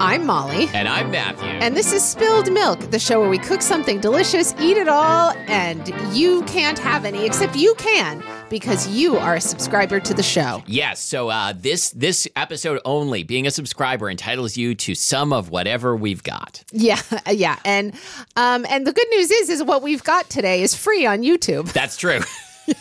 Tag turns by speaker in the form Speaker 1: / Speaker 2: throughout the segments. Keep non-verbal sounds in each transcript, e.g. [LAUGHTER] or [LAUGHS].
Speaker 1: I'm Molly.
Speaker 2: And I'm Matthew.
Speaker 1: And this is Spilled Milk, the show where we cook something delicious, eat it all, and you can't have any, except you can, because you are a subscriber to the show.
Speaker 2: Yes. So uh, this this episode only, being a subscriber, entitles you to some of whatever we've got.
Speaker 1: [LAUGHS] Yeah, yeah. And um, and the good news is is what we've got today is free on YouTube. [LAUGHS]
Speaker 2: That's true. [LAUGHS]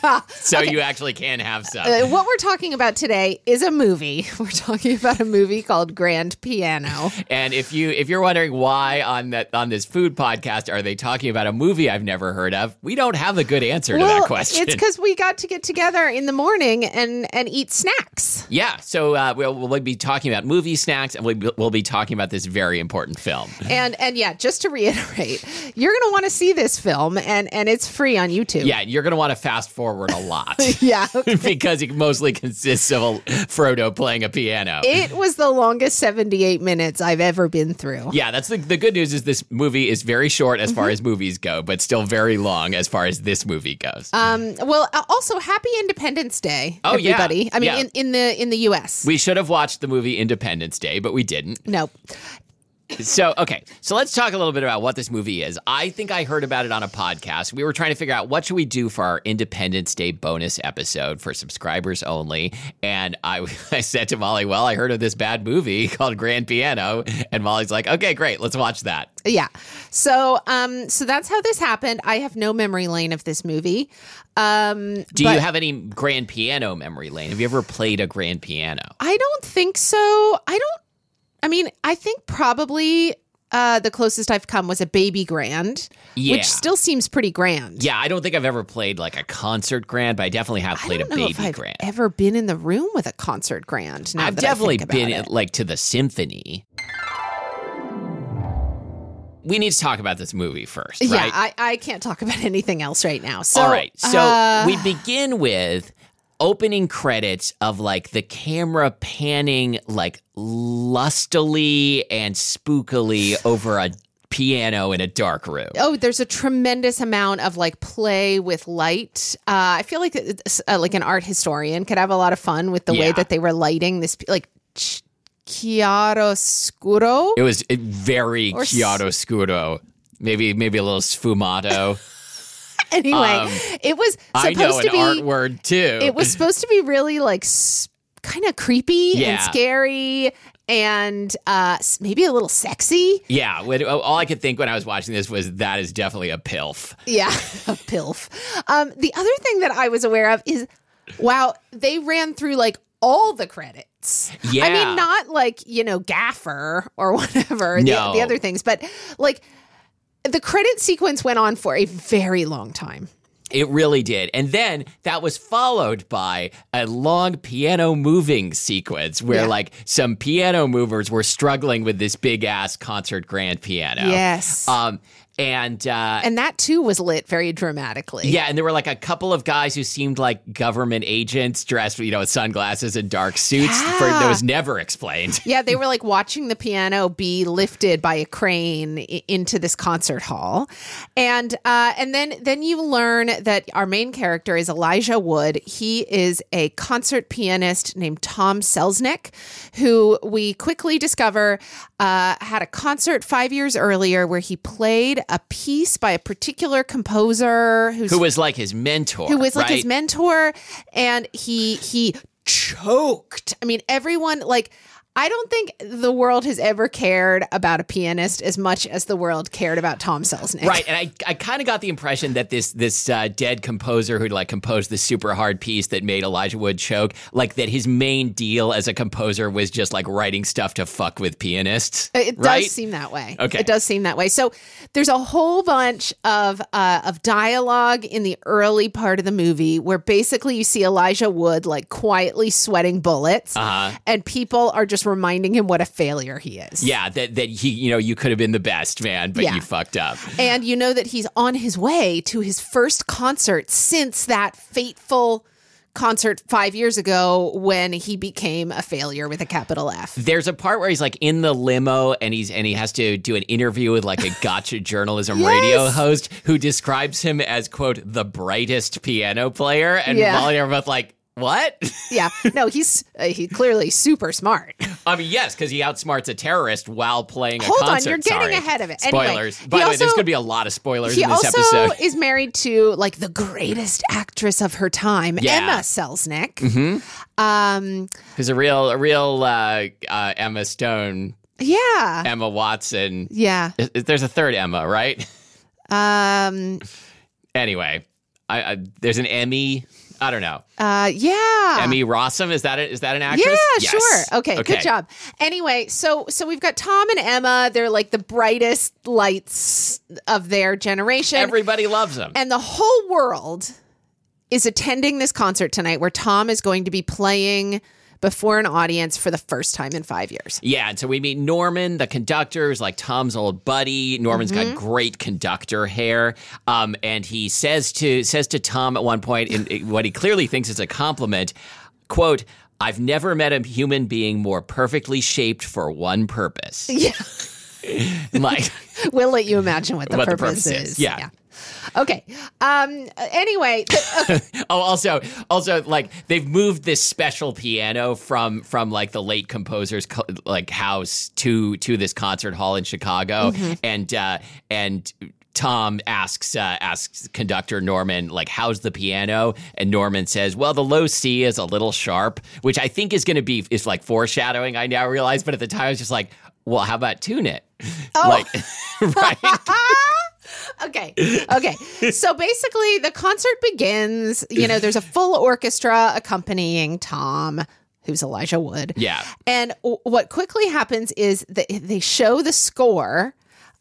Speaker 1: Yeah.
Speaker 2: so you actually can have some.
Speaker 1: Uh, what we're talking about today is a movie. [LAUGHS] We're talking about a movie called Grand [LAUGHS] Piano.
Speaker 2: and if you if you're wondering why on that on this food podcast are they talking about a movie I've never heard of, we don't have a good answer to that question.
Speaker 1: it's because we got to get together in the morning and and eat snacks.
Speaker 2: yeah. So uh, we'll we'll be talking about movie snacks, and we'll we'll be talking about this very important film.
Speaker 1: And and yeah, just to reiterate, you're going to want to see this film, and and it's free on YouTube.
Speaker 2: Yeah, you're gonna want to fast forward a
Speaker 1: [LAUGHS]
Speaker 2: lot. [LAUGHS]
Speaker 1: yeah.
Speaker 2: because it mostly consists of a Frodo playing a piano.
Speaker 1: It was the longest 78 minutes I've ever been through.
Speaker 2: yeah, that's the, the good news is this movie is very short as
Speaker 1: Mm-hmm.
Speaker 2: far as movies go, but still very long as far as this movie goes.
Speaker 1: Um, well, uh, also Happy Independence Day,
Speaker 2: Oh, yeah.
Speaker 1: everybody. I mean,
Speaker 2: Yeah.
Speaker 1: in, in the in the U.S.
Speaker 2: we should have watched the movie Independence Day, but we didn't.
Speaker 1: nope.
Speaker 2: So, okay. So let's talk a little bit about what this movie is. I think I heard about it on a podcast. We were trying to figure out what should we do for our Independence Day bonus episode for subscribers only. And I, [LAUGHS] I said to Molly, well, I heard of this bad movie [LAUGHS] called Grand Piano. And Molly's like, okay, great. Let's watch that.
Speaker 1: Yeah. So, um, so that's how this happened. I have no memory lane of this movie. Um,
Speaker 2: Do
Speaker 1: but
Speaker 2: you have any grand piano memory, Lane? Have you ever played a grand piano?
Speaker 1: I don't think so. I don't. I mean, I think probably uh, the closest I've come was a baby grand,
Speaker 2: Yeah.
Speaker 1: which still seems pretty grand.
Speaker 2: Yeah, I don't think I've ever played like a concert grand, but I definitely have
Speaker 1: I
Speaker 2: played a
Speaker 1: don't know
Speaker 2: baby
Speaker 1: if I've
Speaker 2: grand.
Speaker 1: ever been in the room with a concert grand. Now
Speaker 2: I've
Speaker 1: that I
Speaker 2: definitely
Speaker 1: think about
Speaker 2: been
Speaker 1: it.
Speaker 2: like to the symphony. We need to talk about this movie first,
Speaker 1: Yeah, uh,
Speaker 2: right?
Speaker 1: I, I can't talk about [LAUGHS] anything else right now. So,
Speaker 2: All right. So
Speaker 1: uh,
Speaker 2: we begin with opening credits of like the camera panning like lustily and spookily over a piano in a dark room.
Speaker 1: oh, there's a tremendous amount of like play with light. Uh, I feel like it's, uh, like an art historian could have a lot of fun with the
Speaker 2: Yeah.
Speaker 1: way that they were lighting this, like ch- chiaroscuro.
Speaker 2: It was it- very
Speaker 1: Or s-
Speaker 2: chiaroscuro. Maybe maybe a little sfumato.
Speaker 1: anyway,
Speaker 2: um,
Speaker 1: it was
Speaker 2: I
Speaker 1: supposed
Speaker 2: know an
Speaker 1: to be.
Speaker 2: art word too.
Speaker 1: It was supposed to be really like s- kind of creepy and
Speaker 2: Yeah.
Speaker 1: scary, and uh, s- maybe a little sexy.
Speaker 2: yeah. When, oh, all I could think when I was watching this was that is definitely a pilf.
Speaker 1: Yeah, [LAUGHS] a pilf. Um, the other thing that I was aware of is, wow, they ran through like all the credits. I
Speaker 2: Yeah.
Speaker 1: mean, not like you know Gaffer or [LAUGHS] whatever the,
Speaker 2: No.
Speaker 1: the other things, but like the credit sequence went on for a very long time.
Speaker 2: It really did. And then that was followed by a long piano moving sequence where
Speaker 1: Yeah.
Speaker 2: like some piano movers were struggling with this big ass concert grand piano.
Speaker 1: Yes,
Speaker 2: Um and uh
Speaker 1: and that too was lit very dramatically.
Speaker 2: Yeah, and there were like a couple of guys who seemed like government agents dressed, you know, with sunglasses and dark suits. For, that
Speaker 1: Yeah.
Speaker 2: was never explained.
Speaker 1: [LAUGHS] Yeah, they were like watching the piano be lifted by a crane i- into this concert hall, and uh, and then then you learn that our main character is Elijah Wood. He is a concert pianist named Tom Selznick, who we quickly discover uh, had a concert five years earlier where he played a piece by a particular composer who's
Speaker 2: Who was like his mentor?
Speaker 1: who was like his
Speaker 2: right?
Speaker 1: mentor and he he choked i mean everyone like i don't think the world has ever cared about a pianist as much as the world cared about tom selznick
Speaker 2: [LAUGHS] Right, and I, I kind of got the impression that this this uh, dead composer who like composed this super hard piece that made Elijah Wood choke, like that his main deal as a composer was just like writing stuff to fuck with pianists.
Speaker 1: It does
Speaker 2: right?
Speaker 1: seem that way.
Speaker 2: Okay.
Speaker 1: It does seem that way. So there's a whole bunch of uh, of dialogue in the early part of the movie where basically you see Elijah Wood like quietly sweating bullets,
Speaker 2: Uh-huh.
Speaker 1: and people are just reminding him what a failure he is.
Speaker 2: yeah, that that he you know you could have been the best man, but
Speaker 1: Yeah.
Speaker 2: you fucked up.
Speaker 1: And you know that he's on his way to his first concert since that fateful concert five years ago when he became a failure with a capital F.
Speaker 2: [LAUGHS] There's a part where he's like in the limo and he's and he has to do an interview with like a gotcha
Speaker 1: [LAUGHS]
Speaker 2: journalism
Speaker 1: Yes.
Speaker 2: radio host who describes him as quote the brightest piano player and
Speaker 1: Yeah.
Speaker 2: Molly and I are both like What?
Speaker 1: Yeah. No, he's uh, he clearly super smart.
Speaker 2: I mean, yes, because he outsmarts a terrorist while playing a
Speaker 1: Hold on,
Speaker 2: concert.
Speaker 1: you're getting
Speaker 2: Sorry.
Speaker 1: ahead of it. Anyway,
Speaker 2: Spoilers.
Speaker 1: he
Speaker 2: By the way, there's
Speaker 1: also-
Speaker 2: going to be a lot of spoilers
Speaker 1: He
Speaker 2: in this
Speaker 1: also
Speaker 2: episode. [LAUGHS]
Speaker 1: is married to like the greatest actress of her time,
Speaker 2: Yeah. Mm-hmm.
Speaker 1: Emma Selznick. Um,
Speaker 2: Who's a real, a real uh, uh, Emma Stone,
Speaker 1: yeah,
Speaker 2: Emma Watson.
Speaker 1: yeah.
Speaker 2: I- I- There's a third Emma, right? [LAUGHS]
Speaker 1: Um,
Speaker 2: anyway, I, I, there's an Emmy. I don't know.
Speaker 1: uh, yeah.
Speaker 2: Emmy Rossum is that a, is that an actress?
Speaker 1: Yeah,
Speaker 2: Yes.
Speaker 1: sure. Okay, good job. Anyway, so so we've got Tom and Emma. They're like the brightest lights of their generation,
Speaker 2: Everybody loves him.
Speaker 1: and the whole world is attending this concert tonight, where Tom is going to be playing before an audience for the first time in five years.
Speaker 2: Yeah, and so we meet Norman, the conductor, who's like Tom's old buddy. Norman's got great conductor hair, um, and he says to says to Tom at one point, in in what he clearly thinks is a compliment, quote. I've never met a human being more perfectly shaped for one purpose.
Speaker 1: Yeah,
Speaker 2: Like
Speaker 1: [LAUGHS] we'll let you imagine what the,
Speaker 2: What the
Speaker 1: purpose,
Speaker 2: purpose
Speaker 1: is.
Speaker 2: is, yeah.
Speaker 1: Okay. Um. Anyway, the-
Speaker 2: oh, also, also like they've moved this special piano from from like the late composer's co- like house to to this concert hall in Chicago, and uh, and Tom asks uh, asks conductor Norman like how's the piano, and Norman says, well, the low C is a little sharp, which I think is going to be is like foreshadowing. I now realize, but at the time I was just like, well, how about tune it? Oh. Like, [LAUGHS] right?
Speaker 1: okay. Okay. So basically, the concert begins. You know, there's a full orchestra accompanying Tom, who's Elijah Wood.
Speaker 2: Yeah.
Speaker 1: And w- what quickly happens is that they show the score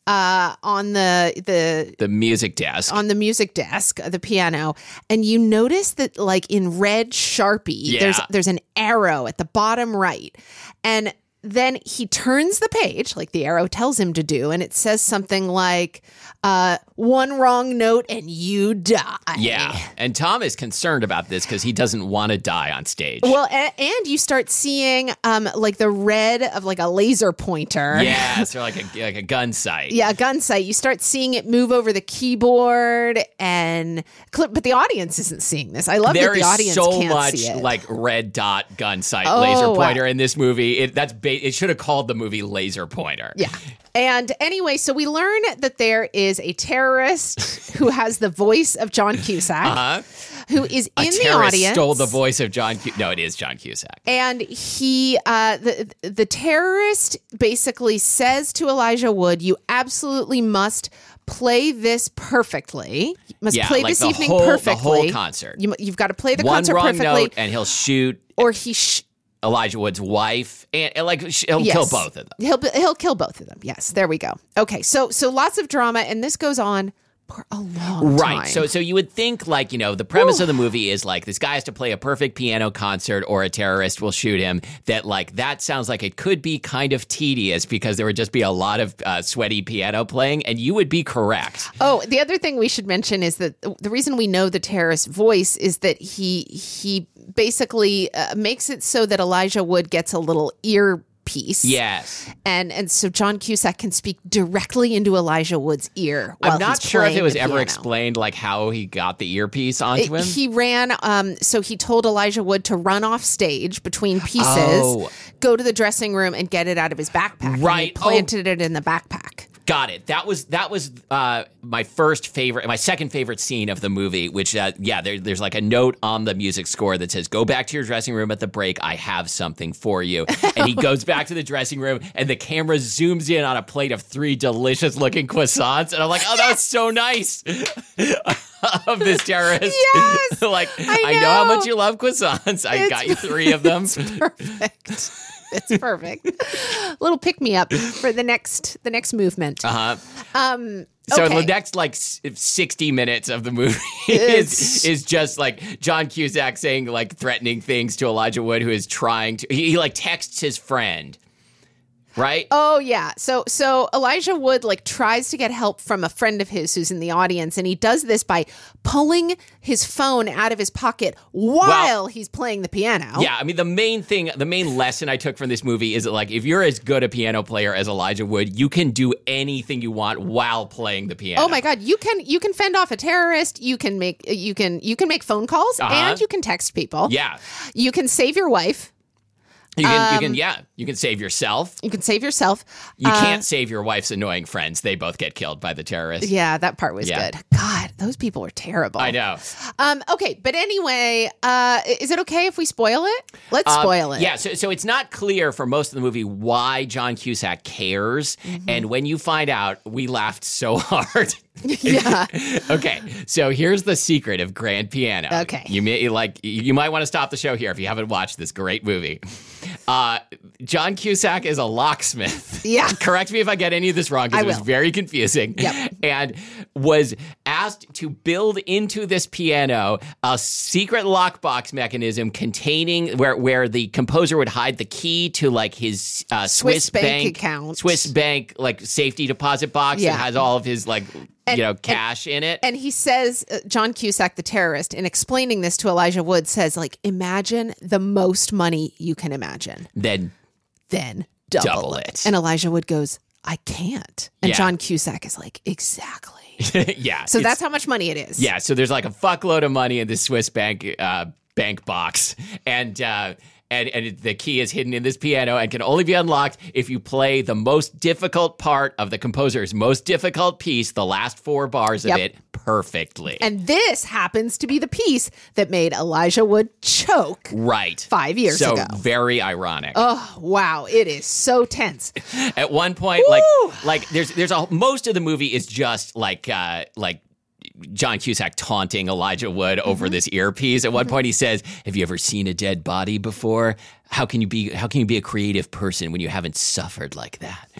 Speaker 1: uh, on the the
Speaker 2: The music desk.
Speaker 1: on the music desk, the piano, and you notice that like in red sharpie, there's
Speaker 2: Yeah.
Speaker 1: there's an arrow at the bottom right, and then he turns the page like the arrow tells him to do, and it says something like uh, "one wrong note and you die."
Speaker 2: Yeah, and Tom is concerned about this because he doesn't want to die on stage.
Speaker 1: Well, a- and you start seeing um like the red of like a laser pointer. [LAUGHS]
Speaker 2: [LAUGHS] yeah, so like a like a gun sight.
Speaker 1: Yeah, a gun sight. You start seeing it move over the keyboard and clip, but the audience isn't seeing this. I love
Speaker 2: There
Speaker 1: that the
Speaker 2: is
Speaker 1: audience
Speaker 2: so
Speaker 1: can't
Speaker 2: much
Speaker 1: see it.
Speaker 2: like red dot gun sight
Speaker 1: Oh,
Speaker 2: laser
Speaker 1: wow.
Speaker 2: pointer in this movie. It that's ba- it should have called the movie laser pointer.
Speaker 1: yeah. And anyway, so we learn that there is a terrorist who has the voice of John Cusack,
Speaker 2: Huh?
Speaker 1: who is in the
Speaker 2: Uh-huh. Terrorist
Speaker 1: audience.
Speaker 2: stole the voice of John. Cus- no, it is John Cusack.
Speaker 1: and he uh the the terrorist basically says to Elijah Wood you absolutely must play this perfectly you must
Speaker 2: Yeah,
Speaker 1: play
Speaker 2: like
Speaker 1: this
Speaker 2: the
Speaker 1: evening
Speaker 2: whole- the
Speaker 1: perfectly
Speaker 2: whole concert.
Speaker 1: you, mu- you've got to play the
Speaker 2: One
Speaker 1: concert
Speaker 2: wrong
Speaker 1: perfectly
Speaker 2: note, eh, and he'll shoot
Speaker 1: or he sh-
Speaker 2: Elijah Wood's wife, and, and like sh- he'll
Speaker 1: yes.
Speaker 2: kill both of them.
Speaker 1: He'll be- he'll kill both of them. Yes, there we go. Okay, so so lots of drama, and this goes on for a long time.
Speaker 2: Right. So so you would think like, you know, the premise of the movie is like this guy has to play a perfect piano concert or a terrorist will shoot him. That like that sounds like it could be kind of tedious because there would just be a lot of uh, sweaty piano playing and you would be correct.
Speaker 1: Oh, the other thing we should mention is that the reason we know the terrorist voice is that he he basically uh, makes it so that Elijah Wood gets a little earpiece.
Speaker 2: Yes.
Speaker 1: and and so John Cusack can speak directly into Elijah Wood's ear. While
Speaker 2: I'm not
Speaker 1: he's
Speaker 2: sure if
Speaker 1: playing
Speaker 2: it was
Speaker 1: the
Speaker 2: ever
Speaker 1: piano.
Speaker 2: explained like how he got the earpiece onto him.
Speaker 1: He ran. Um, so he told Elijah Wood to run off stage between pieces,
Speaker 2: Oh.
Speaker 1: go to the dressing room, and get it out of his backpack. And he
Speaker 2: Right. Oh.
Speaker 1: planted it in the backpack.
Speaker 2: Got it. That was that was uh, my first favorite, my second favorite scene of the movie. Which, uh, yeah, there, there's like a note on the music score that says, "Go back to your dressing room at the break. I have something
Speaker 1: [LAUGHS]
Speaker 2: for you." And he goes back to the dressing room, and the camera zooms in on a plate of three delicious-looking croissants, and I'm like, "Oh, that was so nice [LAUGHS] of this terrorist."
Speaker 1: Yes!
Speaker 2: [LAUGHS] like
Speaker 1: I
Speaker 2: I, know. how
Speaker 1: know.
Speaker 2: much you love croissants. I
Speaker 1: It's-
Speaker 2: got you three
Speaker 1: [LAUGHS]
Speaker 2: of [LAUGHS] them.
Speaker 1: Perfect. it's perfect. [LAUGHS] Little pick me up for the next the next movement.
Speaker 2: Uh-huh.
Speaker 1: Um.
Speaker 2: So
Speaker 1: okay.
Speaker 2: the next like s- sixty minutes of the movie [LAUGHS] is
Speaker 1: It's-
Speaker 2: is just like John Cusack saying like threatening things to Elijah Wood, who is trying to. He, he like texts his friend right?
Speaker 1: Oh yeah. So so Elijah Wood like tries to get help from a friend of his who's in the audience and he does this by pulling his phone out of his pocket while
Speaker 2: Wow.
Speaker 1: he's playing the piano.
Speaker 2: Yeah, I mean the main thing, the main lesson I took from this movie is that like if you're as good a piano player as Elijah Wood, you can do anything you want while playing the piano.
Speaker 1: Oh my god, you can you can fend off a terrorist, you can make you can you can make phone calls
Speaker 2: Uh-huh.
Speaker 1: and you can text people.
Speaker 2: Yeah,
Speaker 1: You can save your wife,
Speaker 2: you can, you
Speaker 1: Um,
Speaker 2: can, yeah, you can save yourself.
Speaker 1: you can save yourself.
Speaker 2: You can't save your wife's annoying friends; they both get killed by the terrorists.
Speaker 1: uh, Yeah, that part was
Speaker 2: Yeah.
Speaker 1: good. God, those people are terrible.
Speaker 2: I know.
Speaker 1: Um okay, but anyway, uh is it okay if we spoil it? Let's
Speaker 2: Um,
Speaker 1: spoil it.
Speaker 2: Yeah, so, so it's not clear for most of the movie why John Cusack cares.
Speaker 1: Mm-hmm.
Speaker 2: And when you find out, we laughed so [LAUGHS] hard.
Speaker 1: [LAUGHS]
Speaker 2: [LAUGHS]
Speaker 1: Yeah.
Speaker 2: okay, so here's the secret of grand piano.
Speaker 1: Okay.
Speaker 2: you may like you might want to stop the show here if you haven't watched this great movie. Uh, John Cusack is a locksmith.
Speaker 1: Yeah.
Speaker 2: [LAUGHS] correct me if I get any of this wrong because
Speaker 1: I
Speaker 2: it was
Speaker 1: will.
Speaker 2: very confusing.
Speaker 1: Yep.
Speaker 2: [LAUGHS] and was asked to build into this piano a secret lockbox mechanism containing where where the composer would hide the key to like his uh, Swiss,
Speaker 1: Swiss bank account.
Speaker 2: Swiss bank like safety deposit box
Speaker 1: Yeah.
Speaker 2: that has all of his like.
Speaker 1: And-
Speaker 2: you know,
Speaker 1: and-
Speaker 2: cash in it.
Speaker 1: and he says uh, John Cusack the terrorist in explaining this to Elijah Wood says like imagine the most money you can imagine
Speaker 2: then [LAUGHS]
Speaker 1: then double,
Speaker 2: Double
Speaker 1: it.
Speaker 2: it.
Speaker 1: and Elijah Wood goes I can't and
Speaker 2: Yeah.
Speaker 1: John Cusack is like
Speaker 2: [LAUGHS]
Speaker 1: exactly
Speaker 2: yeah.
Speaker 1: so
Speaker 2: it's-
Speaker 1: that's how much money it is
Speaker 2: yeah. So there's like a fuckload of money in this Swiss bank uh, bank box, and uh, and and it- the key is hidden in this piano and can only be unlocked if you play the most difficult part of the composer's most difficult piece, the last four bars
Speaker 1: Yep.
Speaker 2: of it, perfectly.
Speaker 1: and this happens to be the piece that made Elijah Wood choke
Speaker 2: right.
Speaker 1: five years
Speaker 2: so
Speaker 1: ago
Speaker 2: very ironic.
Speaker 1: oh wow it is so tense
Speaker 2: At one point, like like there's there's a most of the movie is just like uh like John Cusack taunting Elijah Wood over
Speaker 1: Mm-hmm.
Speaker 2: this earpiece. At one point he says, Have you ever seen a dead body before? How can you be how can you be a creative person when you haven't suffered like that?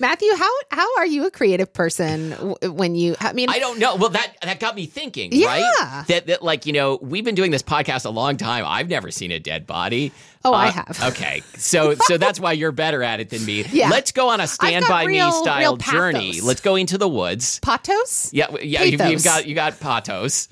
Speaker 1: Matthew how how are you a creative person w- when you I mean
Speaker 2: I don't know. Well that that got me thinking,
Speaker 1: Yeah.
Speaker 2: right? That that like, you know, we've been doing this podcast a long time. I've never seen a dead body. Uh,
Speaker 1: Oh, I have.
Speaker 2: Okay. So so that's why you're better at it than me.
Speaker 1: [LAUGHS] Yeah.
Speaker 2: Let's go on a stand
Speaker 1: got
Speaker 2: by
Speaker 1: real-
Speaker 2: me
Speaker 1: real
Speaker 2: style
Speaker 1: pathos.
Speaker 2: journey. Let's go into the woods.
Speaker 1: patos
Speaker 2: Yeah, w- yeah, you've, you've
Speaker 1: Pathos.
Speaker 2: got you got [LAUGHS] patos.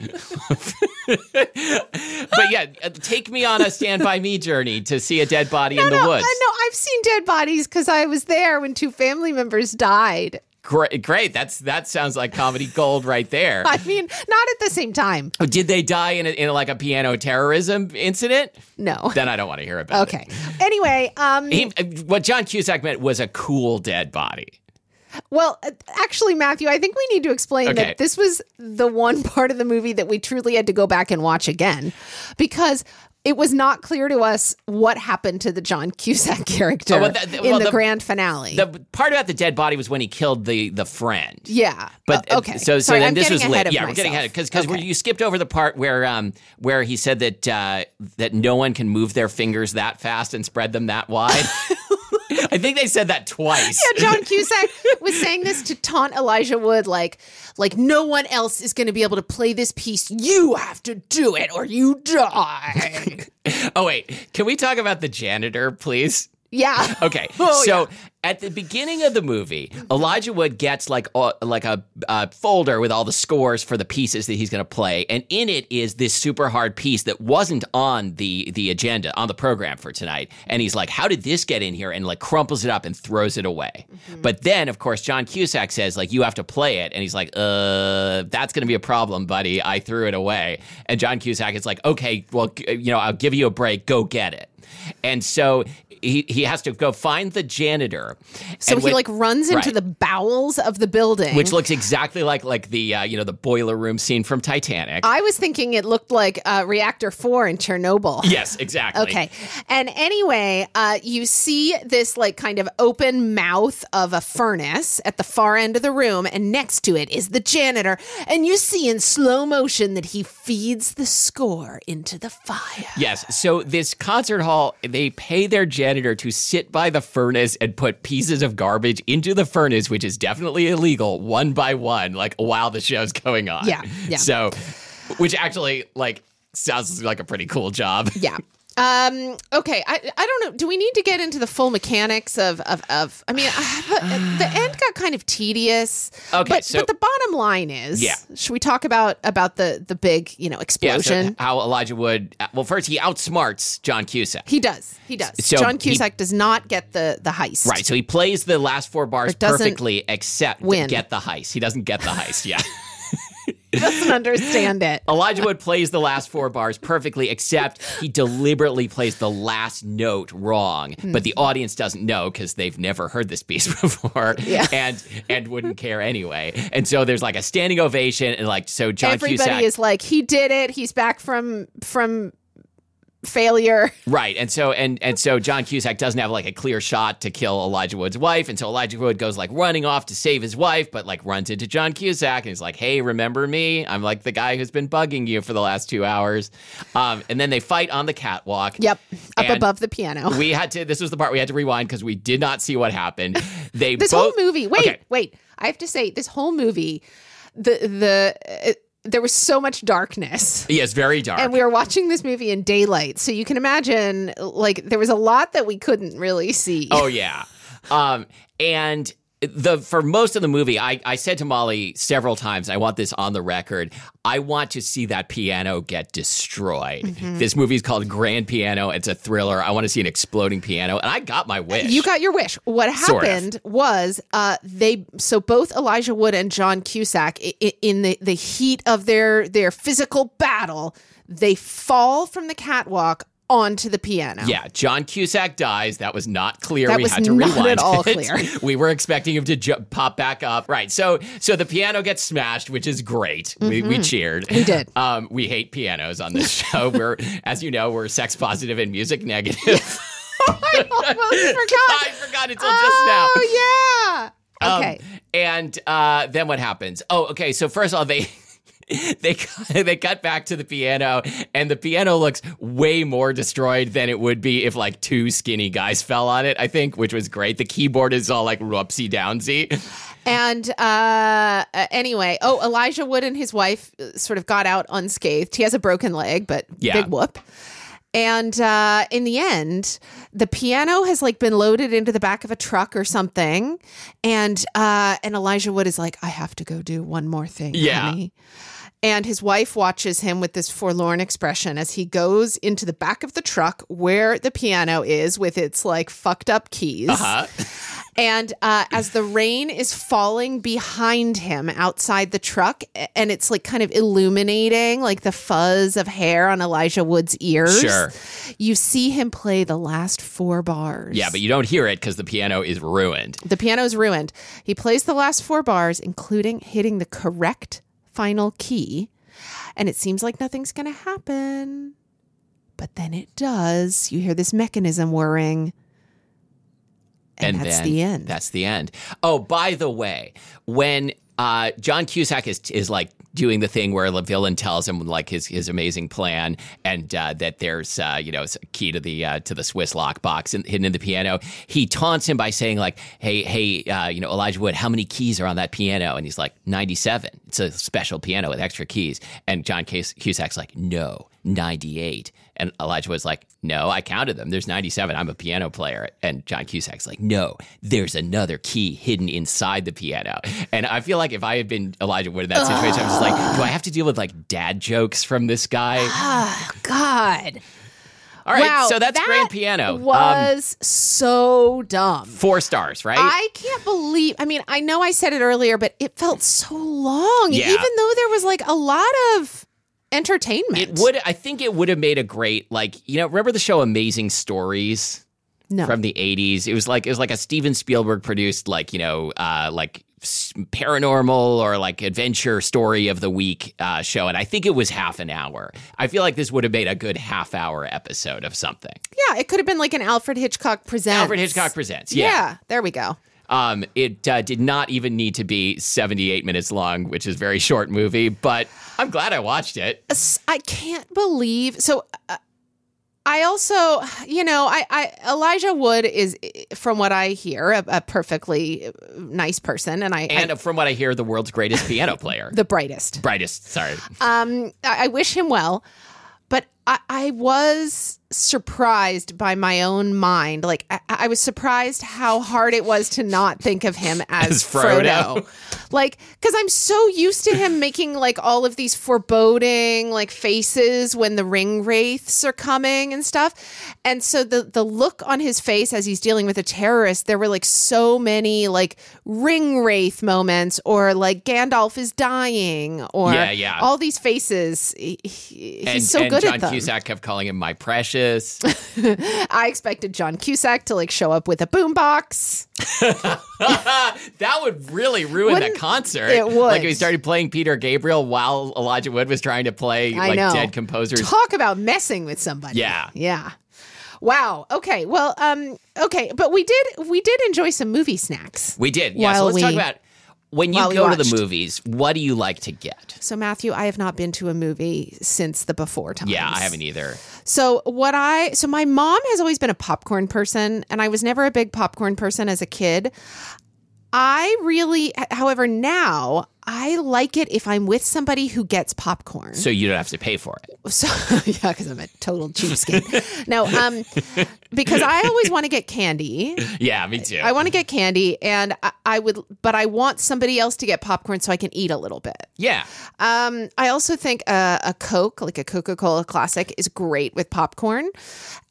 Speaker 2: but yeah, uh, take me on a Stand By Me journey to see a dead body in the
Speaker 1: no,
Speaker 2: woods.
Speaker 1: I know I've seen dead bodies because I was there when two family members died.
Speaker 2: Great, great. That's that sounds like comedy gold right there.
Speaker 1: I mean, not at the same time.
Speaker 2: Oh, Did they die in a, in like a piano terrorism incident?
Speaker 1: No.
Speaker 2: Then I don't want to hear about
Speaker 1: Okay. Anyway, um,
Speaker 2: it. He, uh, what John Cusack meant was a cool dead body.
Speaker 1: well, uh, actually, Matthew, I think we need to explain
Speaker 2: Okay.
Speaker 1: that this was the one part of the movie that we truly had to go back and watch again because it was not clear to us what happened to the John Cusack [LAUGHS] character
Speaker 2: Oh, well, that-
Speaker 1: in
Speaker 2: well,
Speaker 1: the,
Speaker 2: the-
Speaker 1: grand finale.
Speaker 2: The part about the dead body was when he killed the the friend.
Speaker 1: yeah.
Speaker 2: But
Speaker 1: Uh,
Speaker 2: uh,
Speaker 1: okay.
Speaker 2: so so
Speaker 1: Sorry,
Speaker 2: then
Speaker 1: I'm
Speaker 2: this
Speaker 1: getting
Speaker 2: was
Speaker 1: ahead
Speaker 2: lit.
Speaker 1: of
Speaker 2: Yeah, we're getting
Speaker 1: myself.
Speaker 2: ahead because because
Speaker 1: Okay.
Speaker 2: you skipped over the part where um where he said that uh, that no one can move their fingers that fast and spread them
Speaker 1: [LAUGHS]
Speaker 2: that wide. I think they said that twice. [LAUGHS]
Speaker 1: John Cusack was saying this to taunt Elijah Wood, like, like no one else is going to be able to play this piece. You have to do it, or you
Speaker 2: [LAUGHS]
Speaker 1: die.
Speaker 2: Oh wait, can we talk about the janitor, please?
Speaker 1: yeah.
Speaker 2: [LAUGHS] Okay,
Speaker 1: Oh,
Speaker 2: so at the beginning of the movie, Elijah Wood gets like a, like a, uh folder with all the scores for the pieces that he's going to play, and in it is this super hard piece that wasn't on the the agenda on the program for tonight. And he's like, "How did this get in here?" and like crumples it up and throws it away.
Speaker 1: Mm-hmm.
Speaker 2: But then, of course, John Cusack says like, "You have to play it," and he's like, "Uh, that's going to be a problem, buddy. I threw it away." And John Cusack is like, "Okay, well, g- you know, I'll give you a break. Go get it." And so he, he has to go find the janitor.
Speaker 1: So
Speaker 2: And
Speaker 1: he
Speaker 2: when-
Speaker 1: like runs into
Speaker 2: Right.
Speaker 1: the bowels of the building,
Speaker 2: which looks exactly like like the uh, you know the boiler room scene from Titanic.
Speaker 1: I was thinking it looked like uh, Reactor Four in Chernobyl.
Speaker 2: yes, exactly.
Speaker 1: Okay. And anyway, uh, you see this like kind of open mouth of a furnace at the far end of the room, and next to it is the janitor. And you see in slow motion that he feeds the score into the fire.
Speaker 2: Yes. So this concert hall, they pay their janitor to sit by the furnace and put pieces of garbage into the furnace, which is definitely illegal, one by one, like while the show's going on.
Speaker 1: Yeah, yeah.
Speaker 2: So, which actually, like, sounds like a pretty cool job.
Speaker 1: Yeah. Um, okay, I, I don't know. Do we need to get into the full mechanics of of, of I mean, I,
Speaker 2: [SIGHS]
Speaker 1: the end got kind of tedious.
Speaker 2: Okay,
Speaker 1: but,
Speaker 2: so-
Speaker 1: but the bottom line is,
Speaker 2: Yeah.
Speaker 1: Should we talk about about the the big you know
Speaker 2: Yeah, [LAUGHS] so
Speaker 1: explosion?
Speaker 2: how Elijah Wood? Well, first he outsmarts John Cusack.
Speaker 1: he does. He does.
Speaker 2: So
Speaker 1: John
Speaker 2: he-
Speaker 1: Cusack does not get the the heist.
Speaker 2: Right, so he plays the last four bars
Speaker 1: doesn't
Speaker 2: perfectly, except
Speaker 1: win.
Speaker 2: get the heist. He doesn't get the
Speaker 1: [LAUGHS]
Speaker 2: heist. Yeah.
Speaker 1: He [LAUGHS] doesn't understand
Speaker 2: [LAUGHS]
Speaker 1: it.
Speaker 2: Elijah Wood plays the last four bars perfectly, except he deliberately plays the last note wrong.
Speaker 1: Hmm.
Speaker 2: But the audience doesn't know because they've never heard this piece [LAUGHS] before, and and wouldn't care anyway. And so there's like a standing ovation, and like so John
Speaker 1: Everybody
Speaker 2: Cusack,
Speaker 1: is like, he did it. He's back from from failure. [LAUGHS]
Speaker 2: right? And so and and so John Cusack doesn't have like a clear shot to kill Elijah Wood's wife, and so Elijah Wood goes like running off to save his wife, but like runs into John Cusack, and he's like, "Hey, remember me? I'm like the guy who's been bugging you for the last two hours." Um, and then they fight on the catwalk.
Speaker 1: Yep, up
Speaker 2: And-
Speaker 1: above the piano.
Speaker 2: we had to this was the part we had to rewind because we did not see what happened they
Speaker 1: [LAUGHS] this
Speaker 2: both
Speaker 1: whole movie. Wait,
Speaker 2: Okay.
Speaker 1: wait. I have to say, this whole movie, the the uh, there was so much darkness.
Speaker 2: [LAUGHS] yeah it's very dark
Speaker 1: And we were watching this movie in daylight, so you can imagine, like there was a lot that we couldn't really see.
Speaker 2: [LAUGHS] oh yeah um and the for most of the movie I, I said to molly several times i want this on the record i want to see that piano get destroyed this movie is called grand piano it's a thriller i want to see an exploding piano and i got my wish
Speaker 1: You got your wish. What
Speaker 2: Sort of.
Speaker 1: happened was uh, they so both Elijah Wood and John Cusack i- i- in the the heat of their their physical battle, they fall from the catwalk onto the piano.
Speaker 2: yeah, John Cusack dies. That was not clear.
Speaker 1: That
Speaker 2: we
Speaker 1: was
Speaker 2: had to
Speaker 1: not
Speaker 2: rewind
Speaker 1: at all
Speaker 2: it.
Speaker 1: clear.
Speaker 2: [LAUGHS] we were expecting him to ju- pop back up. Right. So so the piano gets smashed, which is great. We, we cheered. We
Speaker 1: Mm-hmm. did.
Speaker 2: [LAUGHS] Um, we hate pianos on
Speaker 1: [LAUGHS]
Speaker 2: this show. we're as you know, we're sex positive and music negative.
Speaker 1: [LAUGHS] I almost
Speaker 2: [LAUGHS] I
Speaker 1: forgot.
Speaker 2: forgot until just now.
Speaker 1: Oh yeah.
Speaker 2: Um,
Speaker 1: Okay.
Speaker 2: and uh, then what happens? Oh, okay. So first of all, they. [LAUGHS] They cut, [LAUGHS] they cut back to the piano, and the piano looks way more destroyed than it would be if like two skinny guys fell on it. I think, which was great. The keyboard is all like whoopsie downsy.
Speaker 1: And uh, uh, anyway, oh, Elijah Wood and his wife uh, sort of got out unscathed. He has a broken leg, but
Speaker 2: Yeah.
Speaker 1: big whoop. And uh, in the end, the piano has like been loaded into the back of a truck or something, and uh, and Elijah Wood is like, I have to go do one more thing,
Speaker 2: Yeah.
Speaker 1: honey." And his wife watches him with this forlorn expression as he goes into the back of the truck where the piano is with its like fucked up keys.
Speaker 2: Uh,
Speaker 1: And uh, as the rain is falling behind him outside the truck, a- and it's like kind of illuminating like the fuzz of hair on Elijah Wood's ears,
Speaker 2: Sure.
Speaker 1: you see him play the last four bars.
Speaker 2: yeah, but you don't hear it because the piano is ruined.
Speaker 1: the piano's ruined. He plays the last four bars, including hitting the correct final key. And it seems like nothing's going to happen. But then it does. You hear this mechanism whirring. And, that's
Speaker 2: then
Speaker 1: the end.
Speaker 2: That's the end. Oh, by the way, when uh, John Cusack is is like doing the thing where the villain tells him like his his amazing plan and uh, that there's uh, you know it's a key to the uh, to the Swiss lockbox in, hidden in the piano, he taunts him by saying like, "Hey, hey, uh, you know Elijah Wood, how many keys are on that piano?" And he's like, "97." It's a special piano with extra keys. And John Cus- Cusack's like, "No, 98." And Elijah was like, No, I counted them. There's 97. I'm a piano player. And John Cusack's like, No, there's another key hidden inside the piano. And I feel like if I had been Elijah Wood in that situation, I'm just like, Do I have to deal with like dad jokes from this guy?
Speaker 1: Oh, God.
Speaker 2: All right.
Speaker 1: Wow,
Speaker 2: so that's
Speaker 1: that
Speaker 2: grand piano. Um,
Speaker 1: was so dumb.
Speaker 2: four stars, right?
Speaker 1: I can't believe. I mean, I know I said it earlier, but it felt so long,
Speaker 2: Yeah.
Speaker 1: even though there was like a lot of entertainment.
Speaker 2: it would I think it would have made a great like, you know, remember the show Amazing Stories?
Speaker 1: no.
Speaker 2: from the 80s. It was like it was like a Steven Spielberg produced like, you know, uh like s- paranormal or like adventure story of the week uh, show and i think it was half an hour i feel like this would have made a good half hour episode of something
Speaker 1: yeah, it could have been like an Alfred Hitchcock presents.
Speaker 2: alfred hitchcock presents
Speaker 1: Yeah.
Speaker 2: yeah,
Speaker 1: there we go.
Speaker 2: um it uh, did not even need to be 78 minutes long which is a very short movie but i'm glad i
Speaker 1: [LAUGHS]
Speaker 2: watched it
Speaker 1: S- I can't believe. So. Uh, I also, you know, I, I Elijah Wood is, from what I hear, a, a perfectly uh, nice person, and I, I-
Speaker 2: and from what i hear the world's greatest piano player
Speaker 1: [LAUGHS] the brightest.
Speaker 2: brightest sorry
Speaker 1: Um, I, I wish him well, but I, I was surprised by my own mind. Like I, I was surprised how hard it was to not think of him as,
Speaker 2: As Frodo.
Speaker 1: Frodo. Like, because I'm so used to
Speaker 2: [LAUGHS]
Speaker 1: him making like all of these foreboding like faces when the ring wraiths are coming and stuff. And so the the look on his face as he's dealing with a terrorist, there were like so many like ring wraith moments, or like Gandalf is dying, or
Speaker 2: Yeah, yeah.
Speaker 1: all these faces. He- he- he's
Speaker 2: and,
Speaker 1: so
Speaker 2: and
Speaker 1: good
Speaker 2: John
Speaker 1: at them.
Speaker 2: Cusack kept calling him my precious.
Speaker 1: [LAUGHS] I expected John Cusack to like show up with a boombox.
Speaker 2: that would really ruin
Speaker 1: Wouldn't-
Speaker 2: the concert.
Speaker 1: it would.
Speaker 2: Like if he started playing Peter Gabriel while Elijah Wood was trying to play
Speaker 1: I
Speaker 2: like
Speaker 1: know.
Speaker 2: dead composers.
Speaker 1: Talk about messing with somebody.
Speaker 2: Yeah.
Speaker 1: Yeah. Wow. Okay. Well, um okay, but we did we did enjoy some movie snacks.
Speaker 2: we did. Yeah. So
Speaker 1: While
Speaker 2: let's talk
Speaker 1: we-
Speaker 2: about when
Speaker 1: while
Speaker 2: you
Speaker 1: we
Speaker 2: go to the
Speaker 1: watched.
Speaker 2: movies, what do you like to get?
Speaker 1: So Matthew, I have not been to a movie since the before times.
Speaker 2: Yeah, I haven't either.
Speaker 1: So what I so my mom has always been a popcorn person and I was never a big popcorn person as a kid. I really however now I like it if I'm with somebody who gets popcorn.
Speaker 2: So you don't have to pay for it.
Speaker 1: [LAUGHS] So yeah, because I'm a total
Speaker 2: [LAUGHS]
Speaker 1: cheapskate. no, um, because I always want to get candy.
Speaker 2: Yeah, me too.
Speaker 1: I want to get candy, and I, I would, but I want somebody else to get popcorn so I can eat a little bit.
Speaker 2: yeah.
Speaker 1: Um, I also think uh, a Coke, like a Coca Cola classic, is great with popcorn.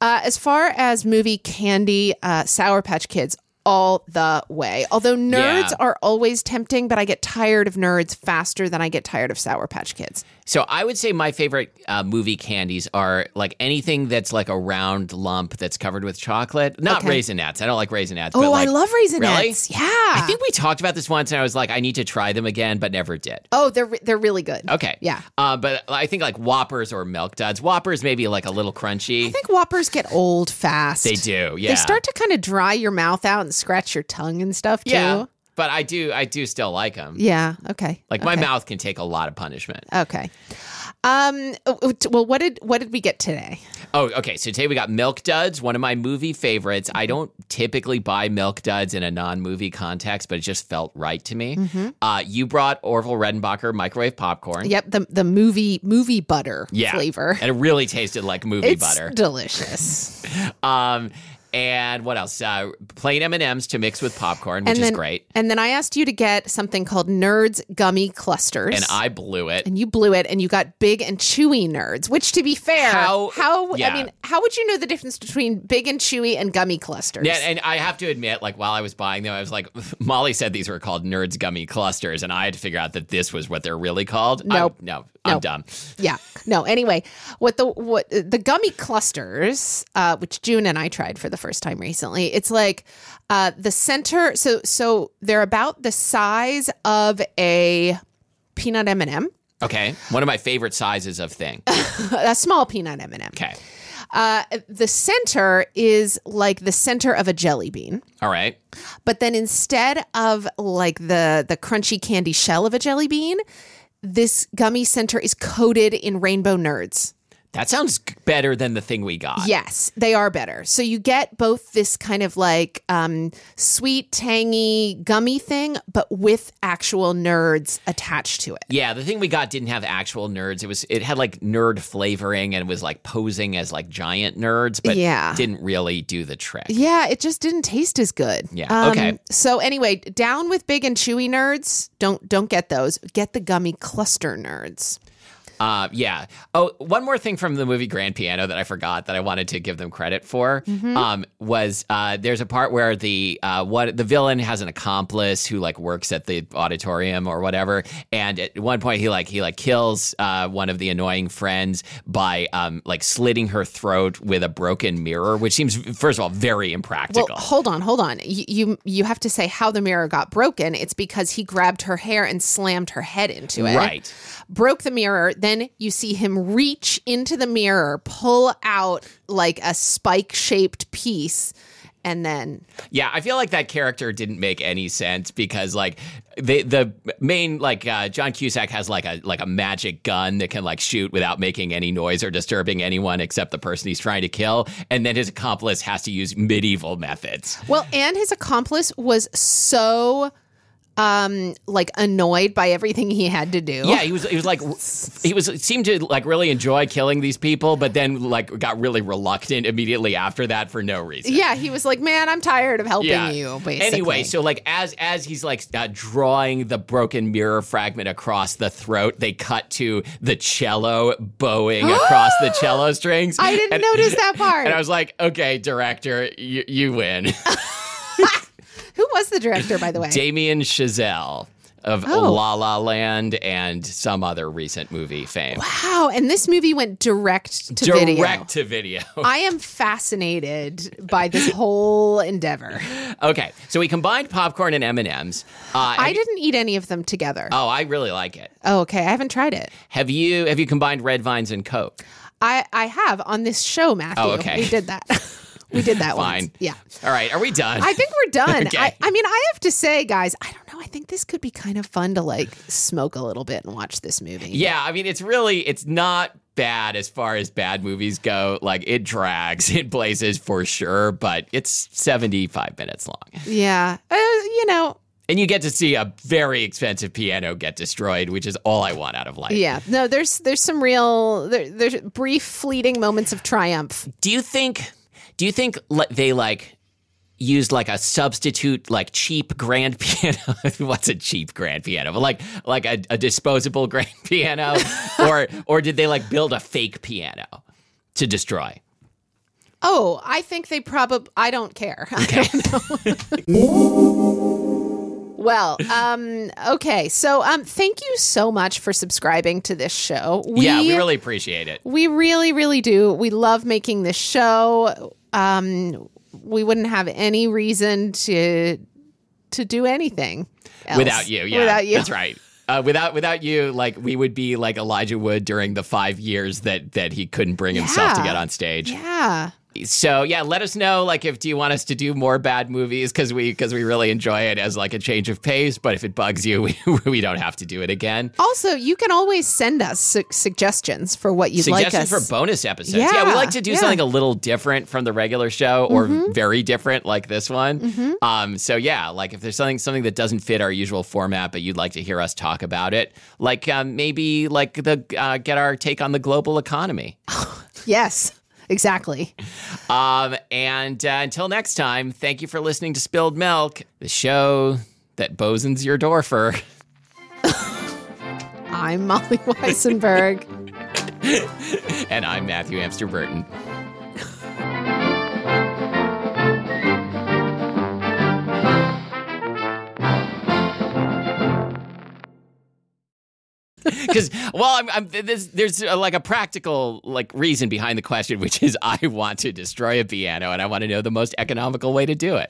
Speaker 1: Uh, as far as movie candy, uh, Sour Patch Kids. All the way. Although nerds
Speaker 2: Yeah.
Speaker 1: are always tempting, but I get tired of nerds faster than I get tired of Sour Patch Kids.
Speaker 2: So I would say my favorite uh, movie candies are like anything that's like a round lump that's covered with chocolate. Not
Speaker 1: Okay.
Speaker 2: raisinets. I don't like raisinets.
Speaker 1: Oh,
Speaker 2: but like,
Speaker 1: I love Raisinets.
Speaker 2: Really?
Speaker 1: Yeah.
Speaker 2: I think we talked about this once, and I was like, I need to try them again, but never did.
Speaker 1: Oh, they're re- they're really good.
Speaker 2: Okay.
Speaker 1: Yeah.
Speaker 2: Uh, but I think like Whoppers or Milk Duds. Whoppers maybe like a little crunchy.
Speaker 1: I think Whoppers get old fast.
Speaker 2: they do. Yeah.
Speaker 1: They start to kind of dry your mouth out and scratch your tongue and stuff too.
Speaker 2: Yeah. But I do. I do still like them.
Speaker 1: Yeah, Okay.
Speaker 2: Like my mouth can take a lot of punishment.
Speaker 1: Okay. Um. oh, oh, t- Well, what did what did we get today?
Speaker 2: Oh, okay. So today we got Milk Duds, one of my movie favorites. I
Speaker 1: Mm-hmm.
Speaker 2: don't typically buy Milk Duds in a non-movie context, but it just felt right to me.
Speaker 1: Mm-hmm.
Speaker 2: Uh, you brought Orville Redenbacher microwave popcorn.
Speaker 1: Yep. The the movie movie butter
Speaker 2: Yeah.
Speaker 1: flavor.
Speaker 2: And it really tasted like
Speaker 1: [LAUGHS]
Speaker 2: movie
Speaker 1: It's
Speaker 2: butter.
Speaker 1: delicious.
Speaker 2: Um, and what else? Uh, plain M and M's to mix with popcorn, which
Speaker 1: and then
Speaker 2: is great.
Speaker 1: And then I asked you to get something called Nerds Gummy Clusters.
Speaker 2: And I blew it.
Speaker 1: and you blew it and you got big and chewy nerds which to be fair
Speaker 2: How- yeah.
Speaker 1: i mean how would you know the difference between big and chewy and gummy clusters
Speaker 2: Yeah, and I have to admit, like while I was buying them, I was like, [LAUGHS] Molly said these were called Nerds Gummy Clusters, and I had to figure out that this was what they're really called.
Speaker 1: Nope.
Speaker 2: I'm, no, I'm
Speaker 1: Nope.
Speaker 2: dumb.
Speaker 1: yeah no anyway what the what the gummy clusters uh, which june and i tried for the first time recently it's like uh, the center so so they're about the size of a peanut m&m
Speaker 2: Okay, one of my favorite sizes
Speaker 1: [LAUGHS]
Speaker 2: of thing.
Speaker 1: a small peanut m&m
Speaker 2: Okay,
Speaker 1: uh, the center is like the center of a jelly bean
Speaker 2: all right.
Speaker 1: But then instead of like the the crunchy candy shell of a jelly bean, this gummy center is coated in rainbow nerds.
Speaker 2: That sounds g- better than the thing we got.
Speaker 1: Yes, they are better. So you get both this kind of like um, sweet, tangy, gummy thing, but with actual nerds attached to it.
Speaker 2: Yeah, the thing we got didn't have actual nerds. It was it had like nerd flavoring and was like posing as like giant nerds, but
Speaker 1: Yeah.
Speaker 2: didn't really do the trick.
Speaker 1: Yeah, it just didn't taste as good. Um,
Speaker 2: Yeah, okay.
Speaker 1: So anyway, down with big and chewy nerds. Don't don't get those. Get the gummy cluster nerds.
Speaker 2: Uh, yeah. Oh, one more thing from the movie Grand Piano that I forgot that I wanted to give them credit for um, was uh, there's a part where the uh, what the villain has an accomplice who like works at the auditorium or whatever, and at one point he like he like kills uh, one of the annoying friends by um, like slitting her throat with a broken mirror, which seems first of all very impractical.
Speaker 1: Well, hold on, hold on. You, you you have to say how the mirror got broken. It's because he grabbed her hair and slammed her head into it.
Speaker 2: Right.
Speaker 1: Broke the mirror. Then you see him reach into the mirror, pull out like a spike shaped piece, and then
Speaker 2: Yeah, I feel like that character didn't make any sense because like the the main like uh, John Cusack has like a like a magic gun that can like shoot without making any noise or disturbing anyone except the person he's trying to kill, and then his accomplice has to use medieval methods.
Speaker 1: well, and his accomplice was so um, like annoyed by everything he had to do.
Speaker 2: Yeah, he was. He was like, he was seemed to like really enjoy killing these people, but then like got really reluctant immediately after that for no reason.
Speaker 1: Yeah, he was like, "Man, I'm tired of helping
Speaker 2: Yeah.
Speaker 1: you." Basically.
Speaker 2: Anyway, so like as as he's like uh, drawing the broken mirror fragment across the throat, they cut to the cello
Speaker 1: [GASPS]
Speaker 2: bowing across the cello strings.
Speaker 1: I didn't
Speaker 2: And- [LAUGHS]
Speaker 1: notice that part.
Speaker 2: And I was like, okay, director, you,
Speaker 1: [LAUGHS]
Speaker 2: you win.
Speaker 1: Who was the director, by the way?
Speaker 2: Damien Chazelle of
Speaker 1: Oh.
Speaker 2: La La Land and some other recent movie fame.
Speaker 1: wow, and this movie went direct to
Speaker 2: Direct
Speaker 1: video.
Speaker 2: to video.
Speaker 1: I am fascinated by this whole endeavor.
Speaker 2: [LAUGHS] okay, so we combined popcorn and M and M's.
Speaker 1: I didn't eat any of them together.
Speaker 2: Oh, I really like it.
Speaker 1: Oh, okay, I haven't tried it.
Speaker 2: Have you have you combined red vines and Coke?
Speaker 1: I I have on this show, Matthew.
Speaker 2: Oh, okay.
Speaker 1: We did that. [LAUGHS] we did that
Speaker 2: Fine.
Speaker 1: once. Yeah.
Speaker 2: All right, are we done?
Speaker 1: I think we're done.
Speaker 2: [LAUGHS] Okay.
Speaker 1: I, I mean, I have to say, guys, I don't know. I think this could be kind of fun to like smoke a little bit and watch this movie.
Speaker 2: yeah, I mean it's really it's not bad as far as bad movies go. Like it drags [LAUGHS] in places for sure, but it's 75 minutes long.
Speaker 1: Yeah. Uh, you know,
Speaker 2: And you get to see a very expensive piano get destroyed, which is all I want out of life.
Speaker 1: yeah. No, there's there's some real there, there's brief fleeting moments of triumph.
Speaker 2: Do you think do you think li- they like used like a substitute like cheap grand [LAUGHS] piano what's a cheap grand piano but like like a, a disposable [LAUGHS] grand piano or or did they like build a fake piano to destroy
Speaker 1: Oh, I think they probably. I don't care. [LAUGHS] I don't
Speaker 2: [LAUGHS]
Speaker 1: know. well, um, okay. So, um, thank you so much for subscribing to this show. We,
Speaker 2: yeah we really appreciate it
Speaker 1: we really, really do. We love making this show. Um, we wouldn't have any reason to to do anything else
Speaker 2: without you yeah
Speaker 1: Without you,
Speaker 2: that's right uh, without without you like we would be like Elijah Wood during the 5 years that that he couldn't bring himself to
Speaker 1: Yeah.
Speaker 2: get on stage
Speaker 1: Yeah.
Speaker 2: so yeah let us know like if do you want us to do more bad movies because we because we really enjoy it as like a change of pace but if it bugs you [LAUGHS] we, we don't have to do it again
Speaker 1: Also, you can always send us su- suggestions for what you'd like us.
Speaker 2: suggestions for bonus episodes yeah, we
Speaker 1: Yeah,
Speaker 2: like to do
Speaker 1: yeah. Mm-hmm.
Speaker 2: something a little different from the regular show or very different like this one um so yeah like if there's something something that doesn't fit our usual format but you'd like to hear us talk about it like um, maybe like the uh, get our take on the global
Speaker 1: [LAUGHS]
Speaker 2: economy
Speaker 1: yes, exactly.
Speaker 2: Um, and uh, until next time, thank you for listening to Spilled Milk, the show that bosun's your door for. [LAUGHS]
Speaker 1: I'm Molly [LAUGHS] Weisenberg.
Speaker 2: And I'm Matthew Amster [LAUGHS] Burton. Because well, I'm, I'm this, there's uh like a practical like reason behind the question, which is I want to destroy a piano, and I want to know the most economical way to do it.